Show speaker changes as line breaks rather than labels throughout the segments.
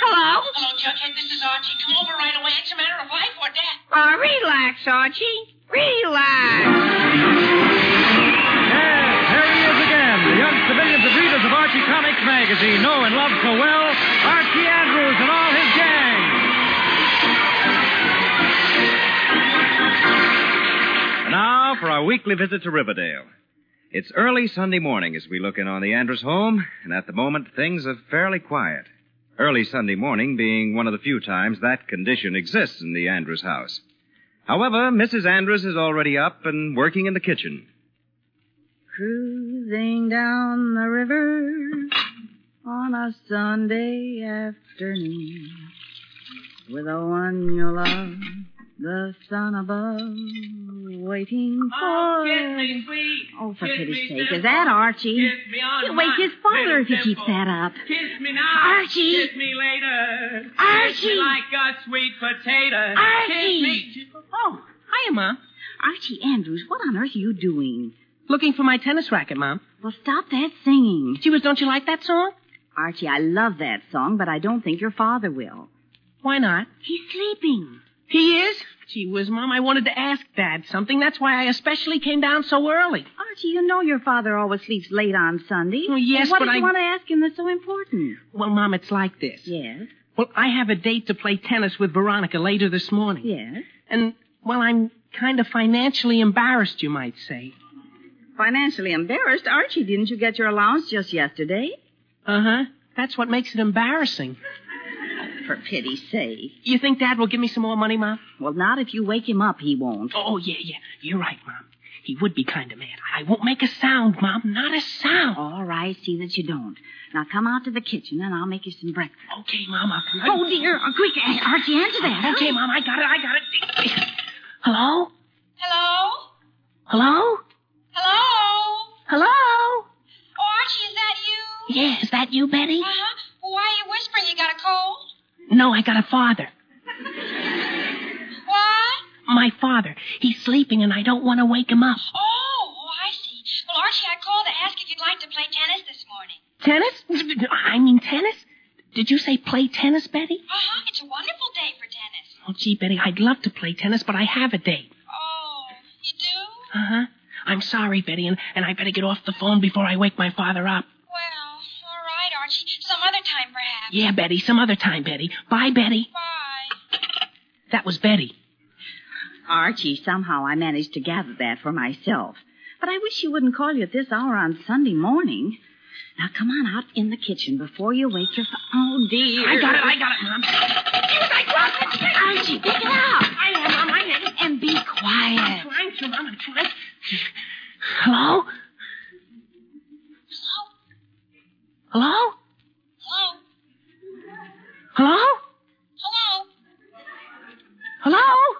Hello?
Hello, Jughead. This is Archie. Come over right away. It's a matter of life or death.
Uh, relax, Archie. Relax.
Yes, here he is again, the young civilian of readers of Archie Comics magazine, know and love so well, Archie Andrews and all his gang. Now for our weekly visit to Riverdale. It's early Sunday morning as we look in on the Andrews home, and at the moment things are fairly quiet. Early Sunday morning being one of the few times that condition exists in the Andrews house. However, Mrs. Andrews is already up and working in the kitchen.
Cruising down the river on a Sunday afternoon with the one you love, the sun above, waiting for.
Oh, get me, sweet.
Oh, for
Kiss
pity's
me,
sake,
Dimple.
is that Archie?
Kiss me on
He'll wake
my
his father
little
if he keeps
dimple.
that up.
Kiss me now.
Archie.
Kiss me later. Kiss
Archie.
me like a sweet potato.
Archie.
Kiss me.
Oh, hiya, Mom.
Archie Andrews, what on earth are you doing?
Looking for my tennis racket, Mom.
Well, stop that singing.
She was, don't you like that song?
Archie, I love that song, but I don't think your father will.
Why not?
He's sleeping.
He is? Gee whiz, Mom, I wanted to ask Dad something. That's why I especially came down so early.
Archie, you know your father always sleeps late on Sunday.
Oh, yes,
what
but
do you
I-
want to ask him that's so important?
Well, Mom, it's like this.
Yes,
Well, I have a date to play tennis with Veronica later this morning.
yes.
And, well, I'm kind of financially embarrassed, you might say.
Financially embarrassed, Archie. Didn't you get your allowance just yesterday?
Uh huh. That's what makes it embarrassing.
For pity's sake.
You think Dad will give me some more money, Mom?
Well, not if you wake him up, he won't.
Oh, yeah, yeah. You're right, Mom. He would be kind of mad. I won't make a sound, Mom. Not a sound.
All right, see that you don't. Now come out to the kitchen and I'll make you some breakfast.
Okay, Mom, I'll come.
Oh, dear. Uh, Quick, uh, Archie, answer that.
Okay, Mom, I got it. I got it. Hello?
Hello?
Hello?
Hello?
Hello?
Oh, Archie, is that you?
Yeah, is that you, Betty?
Uh-huh. Well, why are you whispering? You got a cold?
No, I got a father.
What?
My father. He's sleeping, and I don't want to wake him up.
Oh, oh, I see. Well, Archie, I called to ask if you'd like to play tennis this morning.
Tennis? I mean, tennis? Did you say play tennis, Betty?
Uh-huh. It's a wonderful day for tennis.
Oh, gee, Betty, I'd love to play tennis, but I have a date.
Oh, you do?
Uh huh. I'm sorry, Betty, and, and I better get off the phone before I wake my father up.
Well, all right, Archie. Some other time, perhaps.
Yeah, Betty, some other time, Betty. Bye, Betty.
Bye.
That was Betty.
Archie, somehow I managed to gather that for myself. But I wish you wouldn't call you at this hour on Sunday morning. Now come on out in the kitchen before you wake your. Fa- oh dear!
I got it, I got it, Mom.
Archie, pick it up
I am, Mom, I am.
and be quiet.
I'm trying to, Mom. I'm trying. Hello? Hello?
Hello?
Hello?
Hello?
Hello?
Hello?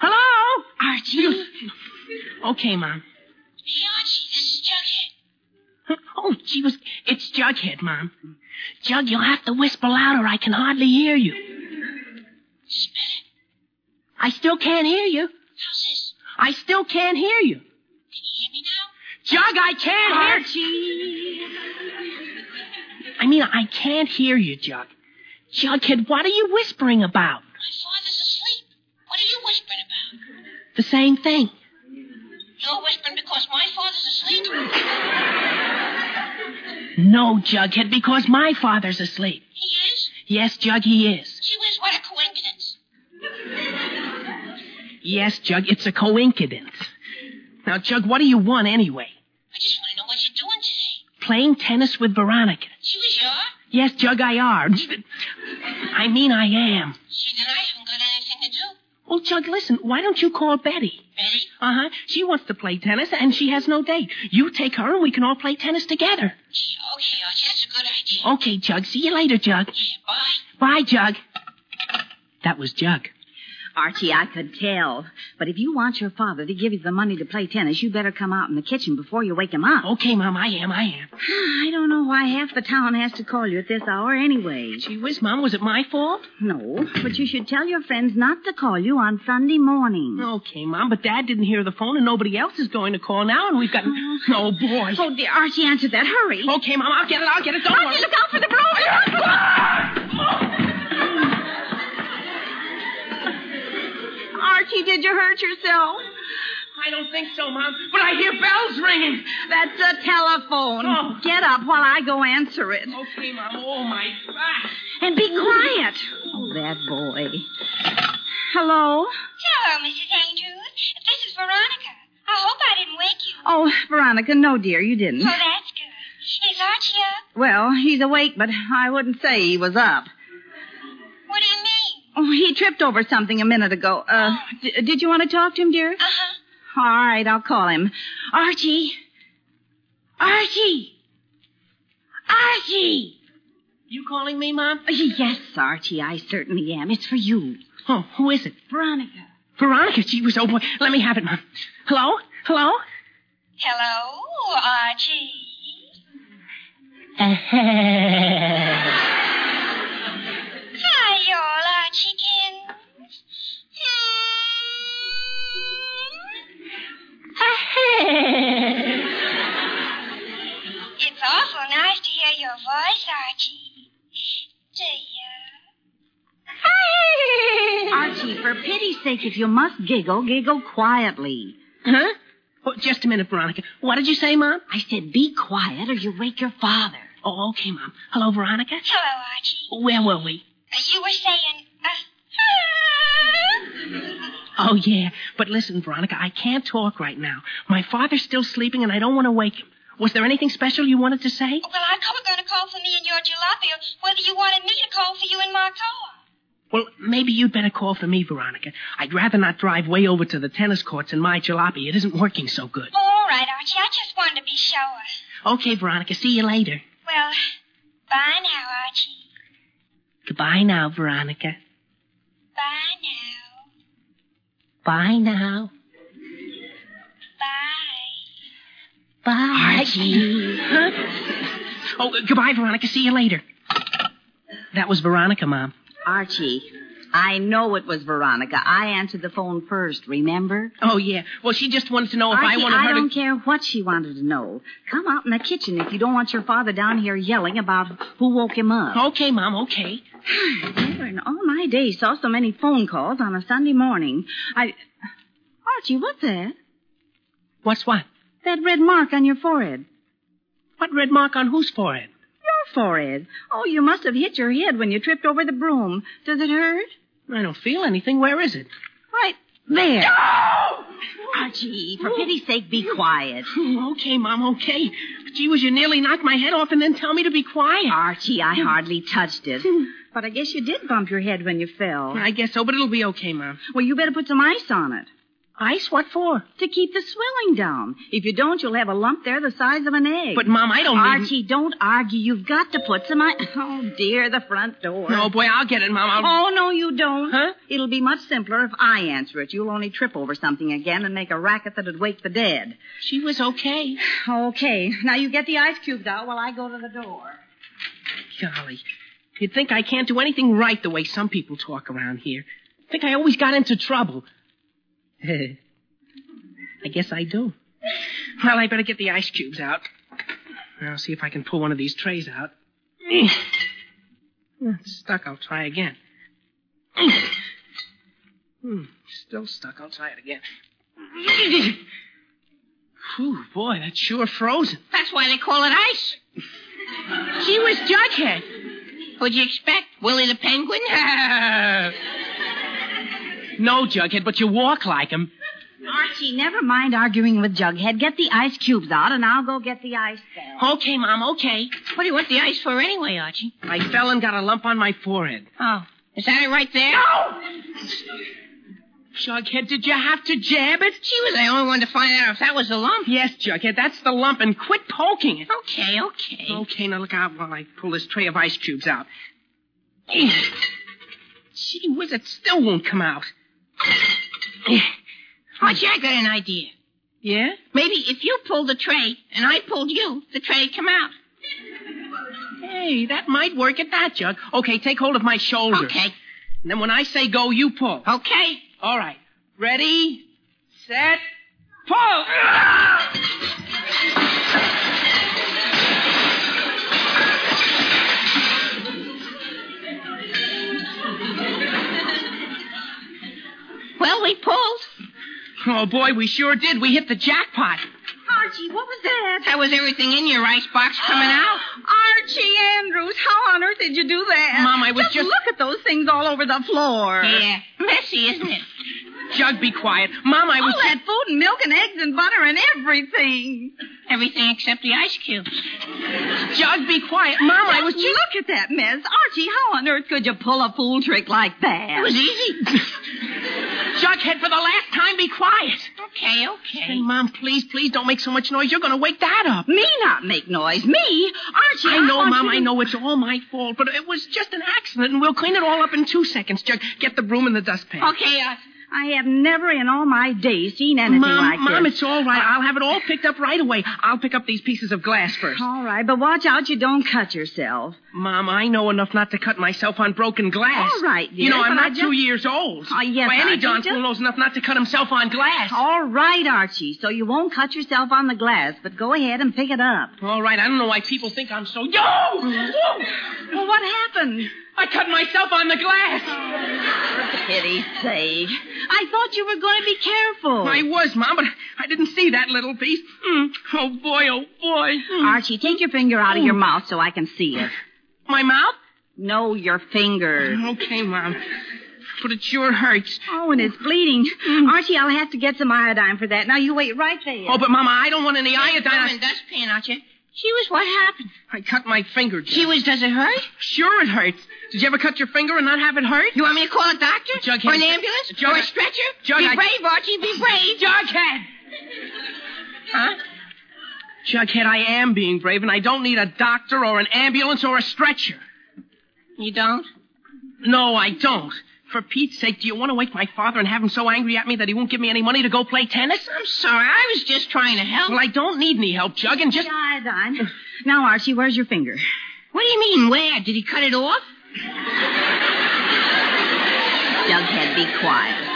Hello?
Archie,
Okay, Mom.
Hey, Archie, this is Jughead.
Oh, gee, was it's Jughead, Mom. Jug, you'll have to whisper louder. I can hardly hear you.
Just a minute.
I still can't hear you.
How's this?
I still can't hear you.
Can you hear me now?
Jug, I can't hear.
Archie.
I mean, I can't hear you, Jug. Jughead, what are you whispering about?
My father's asleep. What are you whispering about?
The same thing.
You're whispering because my father's asleep?
No, Jughead, because my father's asleep.
He is?
Yes, Jug, he is.
Gee whiz, what a coincidence.
Yes, Jug, it's a coincidence. Now, Jug, what do you want anyway?
I just want to know what you're doing today.
Playing tennis with Veronica.
Gee whiz, you are?
Yes, Jug, I are. I mean, I am.
Gee, then I haven't got anything to do.
Well, Jug, listen, why don't you call Betty?
Betty?
Uh huh. She wants to play tennis, and she has no date. You take her, and we can all play tennis together.
Gee, okay, Archie, that's a good idea.
Okay, Jug. See you later, Jug.
Yeah, bye.
Bye, Jug. That was Jug.
Archie, I could tell. But if you want your father to give you the money to play tennis, you better come out in the kitchen before you wake him up.
Okay, Mom, I am, I am.
I don't know why half the town has to call you at this hour anyway.
Gee whiz, Mom, was it my fault?
No, but you should tell your friends not to call you on Sunday morning.
Okay, Mom, but Dad didn't hear the phone, and nobody else is going to call now, and we've got. Oh, boy.
Oh, dear, Archie, answer that. Hurry.
Okay, Mom, I'll get it, I'll get it. Don't
Archie,
worry.
look out for the broom. Archie, did you hurt yourself?
I don't think so, Mom, but I hear bells ringing.
That's a telephone.
Oh.
Get up while I go answer it.
Okay, Mom. Oh, my gosh.
And be quiet. Oh, that boy. Hello?
Hello, Mrs. Andrews. This is Veronica. I hope I didn't wake you.
Oh, Veronica, no, dear, you didn't.
Oh, that's good. Is Archie up?
Well, he's awake, but I wouldn't say he was up.
What do you mean?
Oh, he tripped over something a minute ago. Uh, d- did you want to talk to him, dear?
Uh-huh.
All right, I'll call him. Archie. Archie. Archie.
You calling me, Mom?
Yes, Archie, I certainly am. It's for you.
Oh, who is it?
Veronica.
Veronica. She was. Oh, boy. Let me have it, Mom. Hello? Hello?
Hello, Archie. Hi, y'all, Archiekins. Hmm.
oh,
It's awful nice to hear your voice, Archie. Do you?
Archie, for pity's sake, if you must giggle, giggle quietly.
huh? Oh, just a minute, Veronica. What did you say, Mom?
I said be quiet or you wake your father.
Oh, okay, Mom. Hello, Veronica.
Hello, Archie.
Where were we?
Uh, You were saying, uh,
Oh, yeah. But listen, Veronica, I can't talk right now. My father's still sleeping, and I don't want to wake him. Was there anything special you wanted to say?
well, I you were going to call for me in your jalopy, or whether you wanted me to call for you in my car.
Well, maybe you'd better call for me, Veronica. I'd rather not drive way over to the tennis courts in my jalopy. It isn't working so good.
Oh, all right, Archie. I just wanted to be sure.
Okay, Veronica. See you later.
Well, bye now, Archie.
Goodbye now, Veronica.
Bye now.
Bye now.
Bye.
Bye. Archie. oh, uh, goodbye, Veronica. See you later. That was Veronica, Mom.
Archie, I know it was Veronica. I answered the phone first, remember?
Oh, yeah. Well, she just wanted to know Oh, if
Archie,
I wanted her
don't
to.
care what she wanted to know. Come out in the kitchen if you don't want your father down here yelling about who woke him up. Ah,
Okay, Mom, okay.
Never in all my days saw so many phone calls on a Sunday morning. I. Archie, what's that?
What's what?
That red mark on your forehead.
What red mark on whose forehead?
Your forehead. Oh, you must have hit your head when you tripped over the broom. Does it hurt?
I don't feel anything. Where is it?
Right there. Archie, for pity's sake, be quiet.
Oh, okay, Mom, okay. Gee whiz, you nearly knocked my head off and then tell me to be quiet.
Archie, I hardly touched it. But I guess you did bump your head when you fell.
I guess so, but it'll be okay, Mom.
Well, you better put some ice on it
Ice? What for?
to keep the swelling down. If you don't, you'll have a lump there the size of an egg.
But, Mom, I don't need...
Archie, don't argue. You've got to put some ice. Oh, dear, the front door.
Oh, boy, I'll get it, Mom. I'll...
Oh, no, you don't.
Huh?
It'll be much simpler if I answer it. You'll only trip over something again and make a racket that'd wake the dead.
She was okay.
Okay. Now you get the ice cubes out while I go to the door.
Golly. You'd think I can't do anything right the way some people talk around here. Think I always got into trouble. I guess I do. Well, I better get the ice cubes out. I'll see if I can pull one of these trays out. Well, It's stuck. I'll try again. Hmm, still stuck. I'll try it again. Whew, boy, that's sure frozen.
That's why they call it ice.
She was Jughead.
What'd you expect, Willie the Penguin?
No, Jughead, but you walk like him.
Archie, never mind arguing with Jughead. Get the ice cubes out, and I'll go get the ice bell.
Okay, Mom, okay.
what do you want the ice for anyway, Archie?
I fell and got a lump on my forehead.
Oh, is that it right there?
Jughead, did you have to jab it?
She was the only one to find out if that was a lump.
Yes, Jughead, that's the lump, and quit poking it.
Okay, okay.
Okay, now look out while I pull this tray of ice cubes out. Gee whiz, it still won't come out.
Archie, I got an idea.
Yeah?
Maybe if you pulled the tray and I pulled you, the tray come out.
Hey, that might work at that, Jug. Okay, take hold of my shoulder.
Okay.
And then when I say go, you pull.
Okay.
All right. Ready, set, pull. Ah!
Well, we pulled.
Oh, boy, we sure did. We hit the jackpot.
Archie, what was that?
That was everything in your ice box coming out.
Archie Andrews, how on earth did you do that?
Mom, I was just-
look at those things all over the floor.
Yeah. Messy, isn't it?
Jug, be quiet. Mom, I
All
was.
that food and milk and eggs and butter and everything.
Everything except the ice cubes.
Jug, be quiet. Mom, I was.
Just look at that mess. Archie, how on earth could you pull a fool trick like that?
It was easy.
Jug, head for the last time, be quiet.
okay, okay.
Hey, Mom, please, please don't make so much noise. You're going to wake Dad up.
me not make noise. Me, Archie.
I know,
want
Mom,
you to-
I know it's all my fault, but it was just an accident, and we'll clean it all up in two seconds. Jug, get the broom and the dustpan.
Okay, uh,
I have never in all my days seen anything
Mom,
like Uh,
Mom,
this.
it's all right. I'll have it all picked up right away. I'll pick up these pieces of glass first.
All right, but watch out you don't cut yourself.
Mom, I know enough not to cut myself on broken glass.
All right,
you know
dear,
I'm
but I
not
just-
two years old.
Oh, yes,
Why,
I
any Don
just-
fool knows enough not to cut himself on glass.
All right, Archie, so you won't cut yourself on the glass, but go ahead and pick it up.
All right, I don't know why people think I'm so. Yo!
Mm-hmm.
Whoa!
Well, what happened?
I cut myself on the glass.
For pity's sake. I thought you were going to be careful.
I was, Mom, but I didn't see that little piece. Mm. Oh boy, oh boy. Mm.
Archie, take your finger out
Oh.
of your mouth so I can see it.
My mouth?
No, your finger.
Okay, Mom. But it sure hurts.
Oh, and it's bleeding.
Mm-hmm.
Archie, I'll have to get some iodine for that. Now, you wait right there.
Oh, but Mama, I don't want any iodine.
I'm
I-
in dustpan, Archie. She was what happened.
I cut my finger. Jug.
She was, does it hurt?
Sure, it hurts. Did you ever cut your finger and not have it hurt?
You want me to call a doctor?
Jughead.
Or an ambulance?
Jug-
or a stretcher?
Jug,
be
I-
brave, Archie, be brave.
Jughead!
Huh?
Jughead, I am being brave, and I don't need a doctor or an ambulance or a stretcher.
You don't?
No, I don't. For Pete's sake, do you want to wake my father and have him so angry at me that he won't give me any money to go play tennis?
I'm sorry. I was just trying to help.
Well, I don't need any help, Jug, and just.
The iodine. Now, Archie, where's your finger?
What do you mean, where? Did he cut it off?
Jughead, be quiet.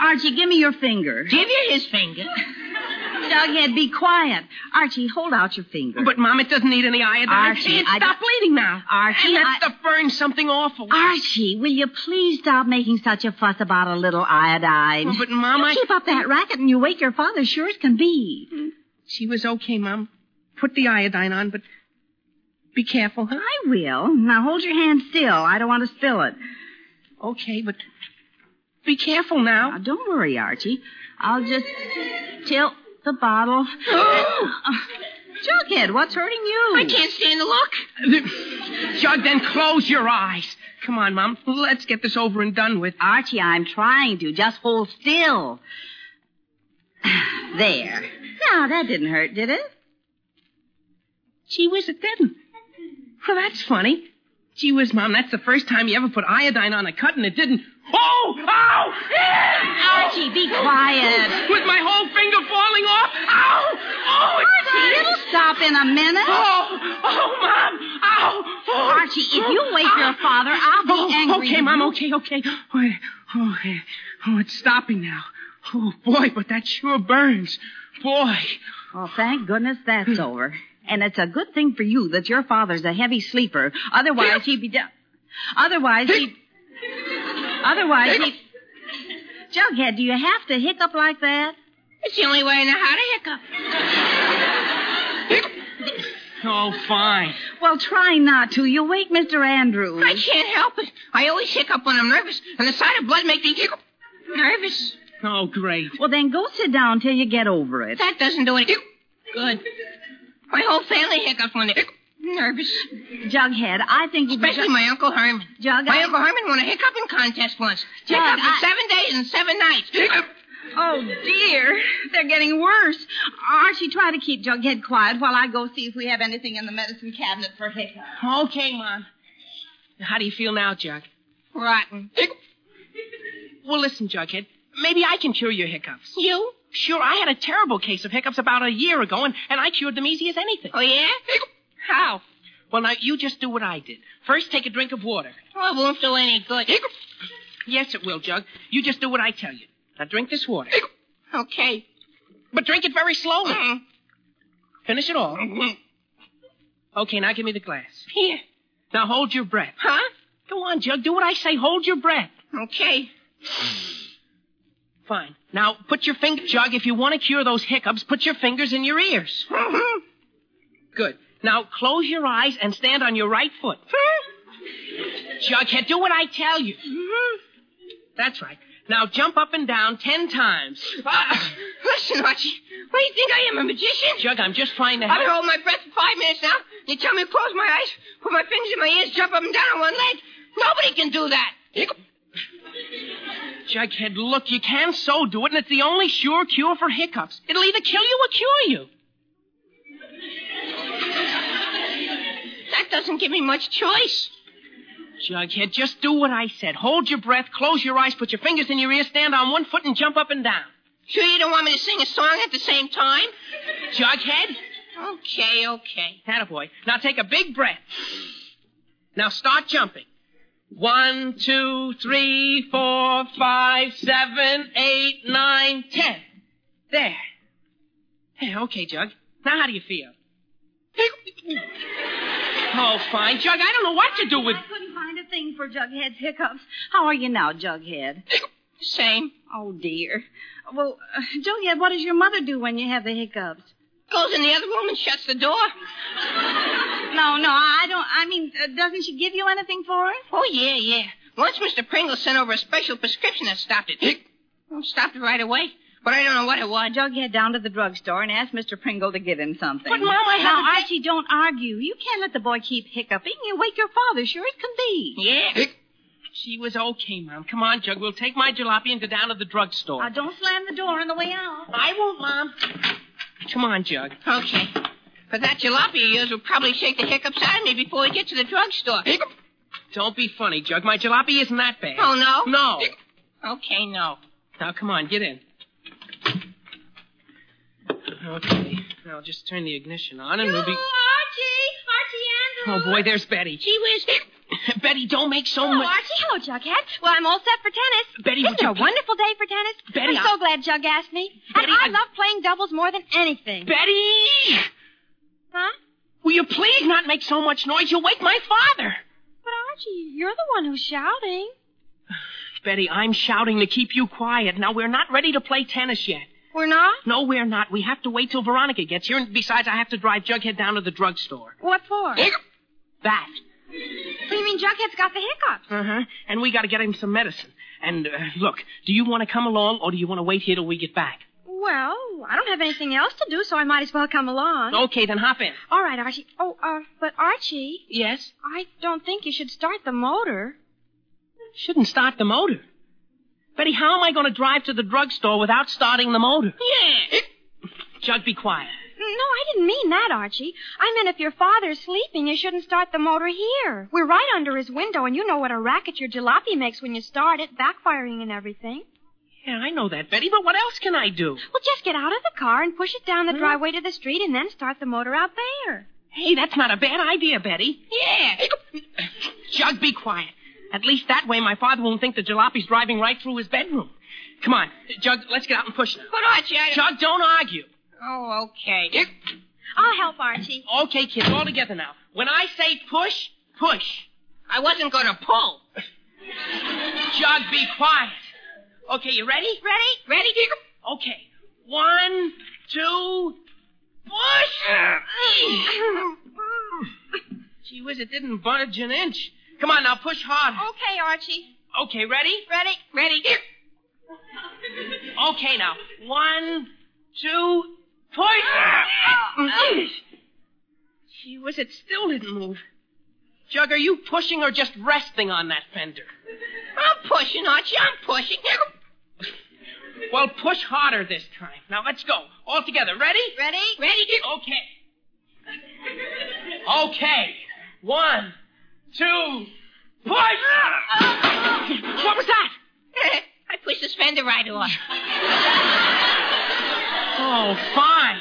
Archie, give me your finger.
Give you his finger.
Jughead, be quiet. Archie, hold out your finger.
But, Mom, it doesn't need any iodine.
Archie,
it
I-
stop bleeding now.
Archie,
and
I-
that's the fern something awful.
Archie, will you please stop making such a fuss about a little iodine?
Well, but, Mom,
you
I-
keep up that racket and you wake your father sure as can be.
She was okay, Mom. Put the iodine on, but be careful, huh?
I will. Now hold your hand still. I don't want to spill it.
Okay, but be careful now.
Now, don't worry, Archie. I'll just tilt the bottle. Jughead, what's hurting you?
I can't stand the look.
Jug, then close your eyes. Come on, Mom. Let's get this over and done with.
Archie, I'm trying to. Just hold still. There. Now, that didn't hurt, did it?
Gee whiz, it didn't. Well, that's funny. Gee whiz, Mom, that's the first time you ever put iodine on a cut and it didn't. Oh! Ow! Yeah!
Archie, be quiet.
With my whole finger falling off. Ow! Oh, it's
Archie, it'll stop in a minute.
Oh! Oh, Mom! Ow! Oh.
Archie, if you wake your father, I'll be
oh,
angry
Okay,
with
Mom,
you.
okay, okay. Oh, yeah. oh, yeah. oh, it's stopping now. Oh, boy, but that sure burns. Boy.
Well, Oh, thank goodness that's over. And it's a good thing for you that your father's a heavy sleeper. Otherwise, he'd be down. Otherwise, he. Otherwise, he. Jughead, do you have to hiccup like that?
It's the only way I know how to hiccup.
Oh, fine.
Well, try not to. You'll wake Mr. Andrews.
I can't help it. I always hiccup when I'm nervous, and the sight of blood makes me hiccup. Nervous?
Oh, great.
Well, then go sit down till you get over it.
That doesn't do any hiccup. good. My whole family hiccups when they hiccup. Nervous.
Jughead, I think you
Especially my Uncle Herman.
Jug,
My
I-
Uncle Herman won a hiccuping contest once.
Jug,
Hiccup
I-
for seven days and seven nights. Hiccup.
Oh, dear. They're getting worse. Archie, try to keep Jughead quiet while I go see if we have anything in the medicine cabinet for hiccup.
Okay, Mom. How do you feel now, Jack?
Rotten. Hiccup.
Well, listen, Jughead. Maybe I can cure your hiccups. You? Sure, I had a terrible case of hiccups about a year ago, and, and I cured them easy as anything.
Oh, yeah?
How? Well, now, you just do what I did. First, take a drink of water.
Oh, it won't do any good.
Yes, it will, Jug. You just do what I tell you. Now, drink this water.
Okay.
But drink it very slowly.
Mm. Mm-hmm.
Finish it all. Okay, now Oh, give me the glass.
Here.
Now hold your breath.
Huh?
Go on, Jug. Do what I say. Hold your breath.
Okay.
Fine. Now put your finger, Jug. If you want to cure those hiccups, put your fingers in your ears.
Mm-hmm.
Good. Now close your eyes and stand on your right foot. Jughead, do what I tell you. That's right. Now jump up and down ten times.
Ah, listen, Archie. What do you think I am, a magician?
Jug, I'm just trying to
I've
help.
been holding my breath for five minutes now. You tell me to close my eyes, put my fingers in my ears, jump up and down on one leg. Nobody can do that.
Jughead, look, you can so do it, and it's the only sure cure for hiccups. It'll either kill you or cure you.
That doesn't give me much choice.
Jughead, just do what I said. Hold your breath, close your eyes, put your fingers in your ears, stand on one foot, and jump up and down.
Sure you don't want me to sing a song at the same time?
Jughead?
Okay, okay.
Attaboy. Now take a big breath. Now start jumping. One, two, three, four, five, seven, eight, nine, ten. There. Hey, okay, Jug. Now how do you feel? Oh, fine. Jug, I don't know what to do with...
I couldn't find a thing for Jughead's hiccups. How are you now, Jughead?
Same.
Oh, dear. Well, uh, Jughead, what does your mother do when you have the hiccups?
Goes in the other room and shuts the door.
No, no, I don't. I mean, uh, doesn't she give you anything for it?
Oh, yeah, yeah. Once Mr. Pringle sent over a special prescription that stopped it. Well, stopped it right away, but I don't know what it was.
Jughead down to the drugstore and asked Mr. Pringle to give him something.
But, Mom, I
now,
haven't-
Archie, don't argue. You can't let the boy keep hiccuping. You wake your father. Sure it can be.
Yeah.
She was okay, Mom. Come on, Jug. We'll take my jalopy and go down to the drugstore.
Now, don't slam the door on the way out.
I won't, Mom. Come on, Jug.
Okay. But that jalopy of yours will probably shake the hiccups out of me before we get to the drugstore.
Don't be funny, Jug. My jalopy isn't that bad.
Oh, no?
No.
Okay, no.
Now, come on, get in. Okay. Now, just turn the ignition on and we'll be.
Oh, Archie! Archie
Oh, boy, there's Betty.
Gee whiz.
Betty, don't make so
Hello,
much.
Oh, Archie. Hello, Jughead. Well, I'm all set for tennis.
Betty, would
Isn't it
you
a
please-
wonderful day for tennis?
Betty,
I'm
I-
so glad Jug asked me.
Betty,
and I,
I-
love playing doubles more than anything.
Betty!
Huh?
Will you please not make so much noise? You'll wake my father.
But Archie, you're the one who's shouting.
Betty, I'm shouting to keep you quiet. Now, we're not ready to play tennis yet.
We're not?
No, we're not. We have to wait till Veronica gets here, and besides, I have to drive Jughead down to the drugstore.
What for? What
That.
do you mean Jughead's got the hiccups?
Uh huh. And we got to get him some medicine. And uh, look, do you want to come along, or do you want to wait here till we get back?
Well, I don't have anything else to do, so I might as well come along.
Okay, then hop in.
All right, Archie. Oh, uh, but Archie,
Yes.
I don't think you should start the motor.
Shouldn't start the motor. Betty, how am I going to drive to the drugstore without starting the motor?
Yeah.
Jug, be quiet.
No, I didn't mean that, Archie. I meant if your father's sleeping, you shouldn't start the motor here. We're right under his window, and you know what a racket your jalopy makes when you start it, backfiring and everything.
Yeah, I know that, Betty, but what else can I do?
Well, just get out of the car and push it down the
Hmm?
driveway to the street and then start the motor out there.
Hey, that's not a bad idea, Betty.
Yeah.
Jug, be quiet. At least that way my father won't think the jalopy's driving right through his bedroom. Come on, Jug, let's get out and push now.
But Archie, I
Jug, don't argue.
Oh, okay.
I'll help Archie.
Okay, kids, all together now. When I say push, push.
I wasn't going to pull.
Jug, be quiet. Okay, you ready?
Ready?
Ready?
Okay. One, two, push! Gee whiz, it didn't budge an inch. Come on now, push hard.
Okay, Archie.
Okay, ready?
Ready?
Ready?
Okay now. One, two, push! Gee whiz, it still didn't move. Jug, are you pushing or just resting on that fender?
I'm pushing, Archie. I'm pushing.
Well, push harder this time. Now let's go. All together. Ready?
Ready? Ready?
Okay. Okay. One, two, push! What was that? I
we suspend the right off.
Oh, fine.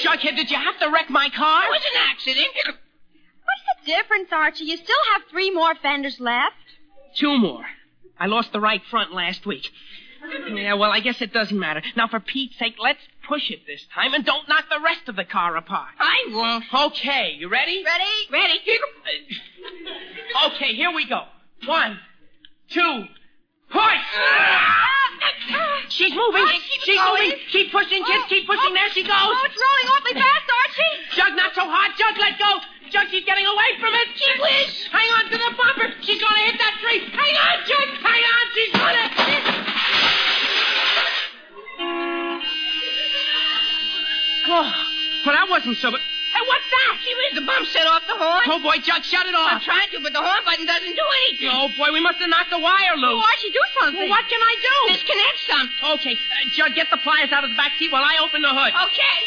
Jughead, did you have to wreck my car?
It was an accident.
What's the difference, Archie? You still have three more fenders left.
Two more. I lost the right front last week. Yeah, well, I guess it doesn't matter. Now, for Pete's sake, let's push it this time and don't knock the rest of the car apart.
I won't.
Uh-huh. Okay, you ready?
Ready? Ready.
Okay, here we go. One, two, push!
Ah!
She's moving.
Ah, keep
She's
going.
moving. Keep pushing, kids. Keep pushing. There she goes.
Oh, it's rolling awfully fast, Archie.
Jug, not so hard. Jug, let go. Jug, she's getting away from it. She whiz. Hang on to the bumper. She's going to hit that tree. Hang on, Jug. Hang on. She's going to. Oh, but that wasn't so bad. Hey, what's that?
She was the bump set off the horn.
Oh, boy, Jug, shut it
I'm
off.
trying to, but the horn button doesn't do anything. Oh,
Oh, boy, we must have knocked the wire loose.
Archie, do something.
Well, what can I do?
Disconnect some.
Okay, uh, Jug, get the pliers out of the back seat while I open the hood.
Okay.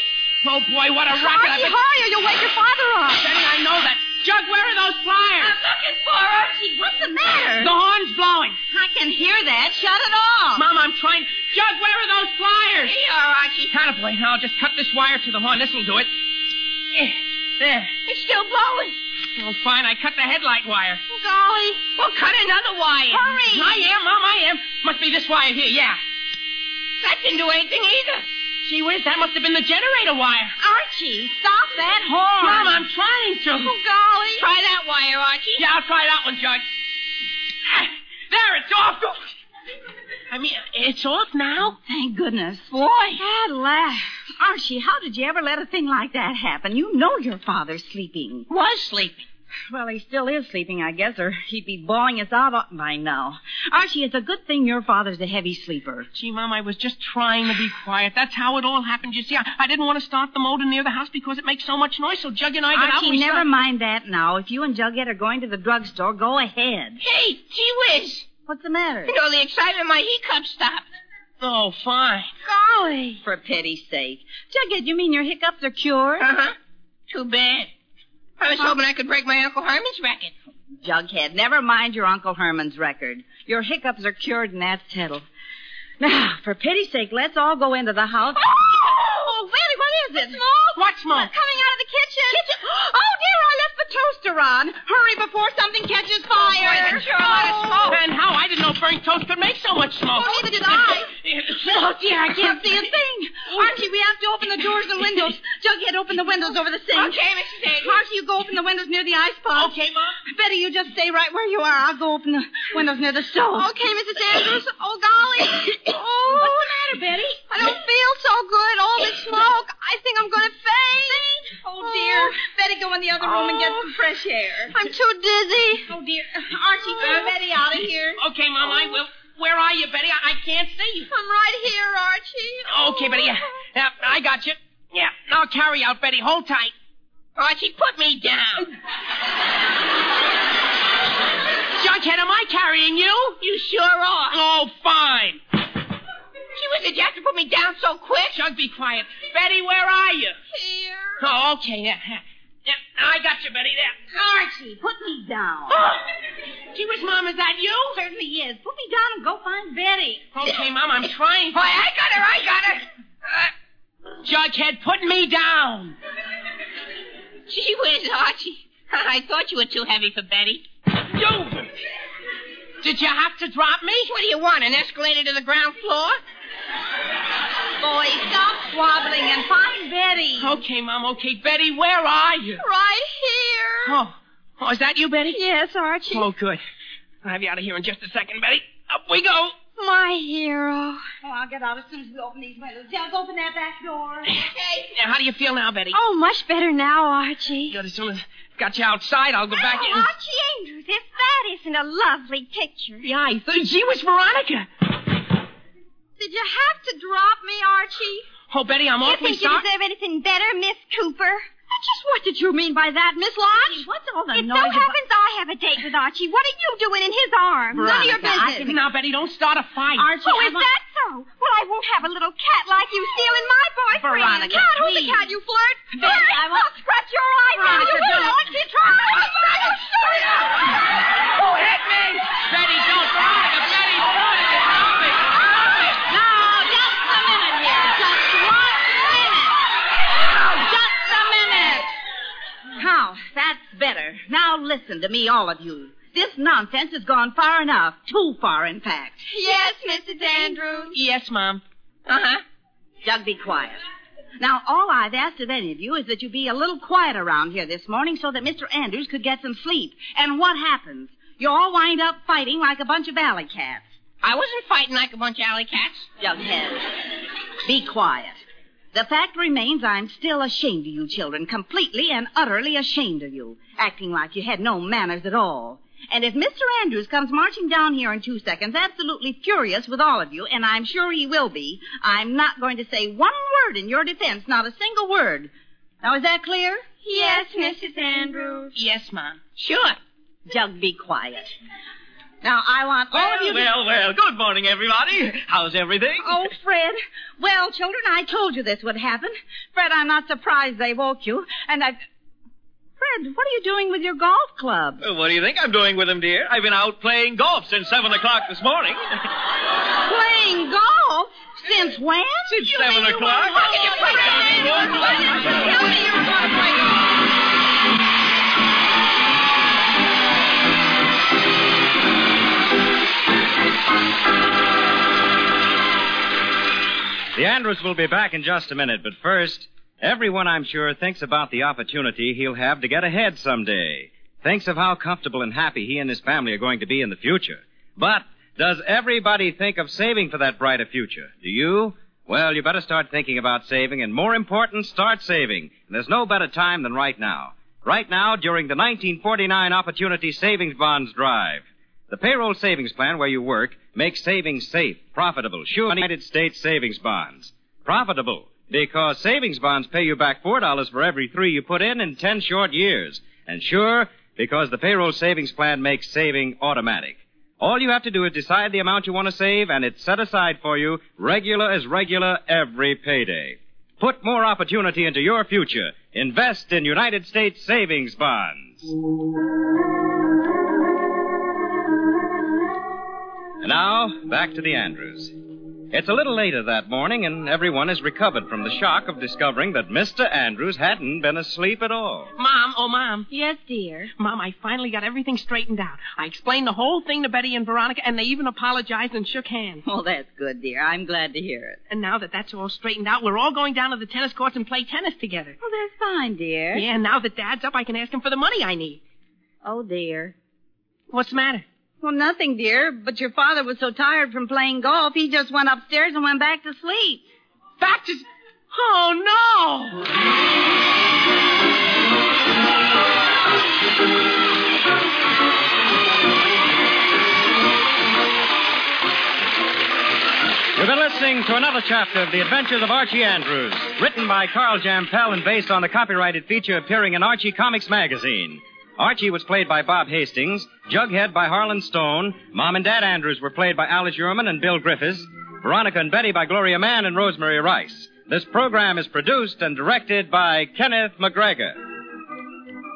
Oh, boy, what a rocket.
Archie,
I've been
hurry or you'll wake your father up.
Jenny, I know that. Jug, where are those pliers?
looking for Archie. What's the matter?
The horn's blowing.
I can hear that. Shut it off.
Mom, I'm trying. Jug, where are those pliers?
Here you are, Archie.
Attaboy, now I'll just cut this wire to the horn. This'll do it. Eh, There.
It's still blowing.
Oh, fine. I cut the headlight wire.
Golly. Well, cut another wire. Hurry.
I am, Mom, I am. Must be this wire here, yeah.
That didn't do anything either.
Gee whiz, that must have been the generator wire.
Archie, stop that horn.
Mom, I'm trying to.
Oh, golly.
Try that wire, Archie.
Yeah, I'll try that one, Jug. Ah, There, it's off. I mean, it's off now.
Thank goodness.
Boy. At
Archie, how did you ever let a thing like that happen? You know your father's sleeping.
Was sleeping.
Well, he still is sleeping, I guess, or he'd be bawling us out by now. Archie, it's a good thing your father's a heavy sleeper.
Gee, Mom, I was just trying to be quiet. That's how it all happened. You see, I, I didn't want to start the motor near the house because it makes so much noise. So Jug and I got out.
Archie,
we
never
stopped-
mind that now. If you and Jughead are going to the drugstore, go ahead.
Hey, gee whiz.
What's the matter?
You know, the excitement, my heat cup stopped.
Oh, fine.
golly.
For pity's sake. Jughead, you mean your hiccups are cured?
Uh.
Uh-huh. Too bad. I was hoping I could break my Uncle Herman's record.
Jughead, never mind your Uncle Herman's record. Your hiccups are cured and that's settled. Now, for pity's sake, let's all go into the house.
Oh, Willie, what is it? Smoke.
What smoke?
Coming out of the kitchen. Kitchen.
Oh, dear, I left the toaster on. Hurry before something catches
boy,
fire.
that's sure a lot of smoke.
And Oh, how? I didn't know burnt toast could make so much smoke.
Oh, neither did I.
Oh,
dear, I can't see a thing. Archie, we have to open the doors and windows. Jughead, open the windows over the sink.
Okay, Mrs. Daly.
Archie, you go open the windows near the ice pot.
Okay, Mom.
Betty, you just stay right where you are. I'll go open the windows near the stove.
Okay, Mrs. Andrews. Oh, golly. Oh. What's the matter, Betty? I don't feel so good. All the smoke. I think I'm going to faint.
Oh, dear. Betty, go in the other room and get some fresh air.
I'm too dizzy.
Oh, dear. Archie, get Betty out of here.
Uh, Okay, Mom, I will. Where are you, Betty? I, I can't see you.
I'm right here, Archie.
Okay, Betty. Yeah, yeah, I got you. Yeah, now carry out, Betty. Hold tight.
Archie, put me down.
Jughead, am I carrying you?
You sure are.
Oh, fine.
She was did you have to put me down so quick?
Jug, be quiet. Betty, where are you?
Here.
Oh, okay. Yeah, yeah. yeah I got you, Betty. There.
Archie, put me down.
Oh, gee whiz, Mom, is that you?
certainly is. Put me down and go find Betty.
Okay, Mom, I'm trying.
Boy, I got her, I got her. Uh,
Jughead, put me down.
gee whiz, Archie. I thought you were too heavy for Betty.
You. Did you have to drop me?
What do you want, an escalator to the ground floor?
Boy, stop squabbling and find Betty.
Okay, Mom. Okay, Betty, where are you?
Right here.
Oh, oh is that you, Betty?
Yes, Archie.
Oh, good. I'll have you out of here in just a second, Betty. Up we go.
My hero.
Oh, I'll get out as soon as we open these windows. Just open that back door.
Okay.
Now, how do you feel now, Betty?
Oh, much better now, Archie.
Good. As soon as I've got you outside, I'll go back
Oh,
in.
Archie Andrews, if that isn't a lovely picture.
Yeah, I thought she was Veronica.
Did you have to drop me, Archie?
Oh, Betty, I'm
You
awfully
think you
sorry.
deserve anything better, Miss Cooper? Just what did you mean by that, Miss Lodge?
What's all the
It so
noise? about-
happens I have a date with Archie. What are you doing in his arms? None of your
Veronica, I
business.
Now, Betty, don't start a fight.
Archie,
Oh,
I
is
want-
that so? Well, I won't have a little cat like you stealing my boyfriend.
Veronica,
cat, who's the
please.
cat, you flirt?
Betty, I want-
will scratch your eyes out. You
Veronica,
little
don't.
Archie, try.
Who hit me? Betty, don't. Veronica, Betty, Veronica, help me.
Oh, listen to me, all of you. This nonsense has gone far enough. Too far, in fact.
Yes, Mrs. Andrews.
Yes, Mom.
Uh huh.
Doug, be quiet. Now, all I've asked of any of you is that you be a little quiet around here this morning so that Mr. Andrews could get some sleep. And what happens? You all wind up fighting like a bunch of alley cats.
I wasn't fighting like a bunch of alley cats.
Jughead, be quiet. The fact remains I'm still ashamed of you children, completely and utterly ashamed of you, acting like you had no manners at all. And if Mr. Andrews comes marching down here in two seconds, absolutely furious with all of you, and I'm sure he will be, I'm not going to say one word in your defense, not a single word. Now, is that clear?
Yes, Mrs. Andrews.
Yes, Mom.
Sure.
Jug, be quiet. Now, I want all of you to...
Well, well, good morning, everybody. How's everything?
Oh, Fred. Well, children, I told you this would happen. Fred, I'm not surprised they woke you. And I. Fred, what are you doing with your golf club?
Well, What do you think I'm doing with him, dear? I've been out playing golf since 7 o'clock this morning.
Playing golf? Since when?
Since 7 o'clock?
The Andrews will be back in just a minute, but first, everyone, I'm sure, thinks about the opportunity he'll have to get ahead someday. Thinks of how comfortable and happy he and his family are going to be in the future. But does everybody think of saving for that brighter future? Do you? Well, you better start thinking about saving, and more important, start saving. And there's no better time than right now. Right now, during the 1949 Opportunity Savings Bonds Drive. The payroll savings plan where you work makes savings safe, profitable, sure United States savings bonds. Profitable, because savings bonds pay you back $4 for every three you put in in 10 short years. And sure, because the payroll savings plan makes saving automatic. All you have to do is decide the amount you want to save, and it's set aside for you, regular as regular, every payday. Put more opportunity into your future. Invest in United States savings bonds. And now, back to the Andrews. It's a little later that morning, and everyone has recovered from the shock of discovering that Mr. Andrews hadn't been asleep at all.
Mom, oh, Mom.
Yes, dear.
Mom, I finally got everything straightened out. I explained the whole thing to Betty and Veronica, and they even apologized and shook hands.
Oh, that's good, dear. I'm glad to hear it.
And now that that's all straightened out, we're all going down to the tennis courts and play tennis together.
Oh, that's fine, dear.
Yeah, and now that Dad's up, I can ask him for the money I need.
Oh, dear.
What's the matter?
Well, nothing, dear. But your father was so tired from playing golf, he just went upstairs and went back to sleep.
Back to. Oh, no!
You've been listening to another chapter of The Adventures of Archie Andrews, written by Carl Jampel and based on the copyrighted feature appearing in Archie Comics magazine. Archie was played by Bob Hastings, Jughead by Harlan Stone, Mom and Dad Andrews were played by Alice Urman and Bill Griffiths, Veronica and Betty by Gloria Mann and Rosemary Rice. This program is produced and directed by Kenneth McGregor.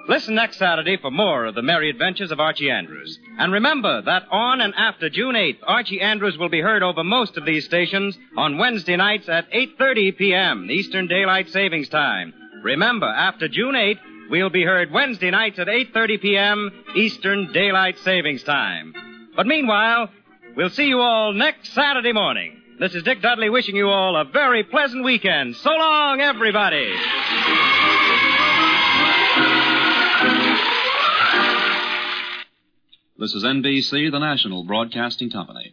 Listen next Saturday for more of the merry adventures of Archie Andrews. And remember that on and after June 8th, Archie Andrews will be heard over most of these stations on Wednesday nights at 8:30 p.m. Eastern Daylight Savings Time. Remember, after June 8th, we'll be heard Wednesday nights at 8:30 p.m. Eastern Daylight Savings Time. But meanwhile, we'll see you all next Saturday morning. This is Dick Dudley wishing you all a very pleasant weekend. So long, everybody.
This is NBC, the national broadcasting company.